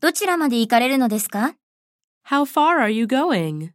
どちらまで行かれるのですか How far are you going?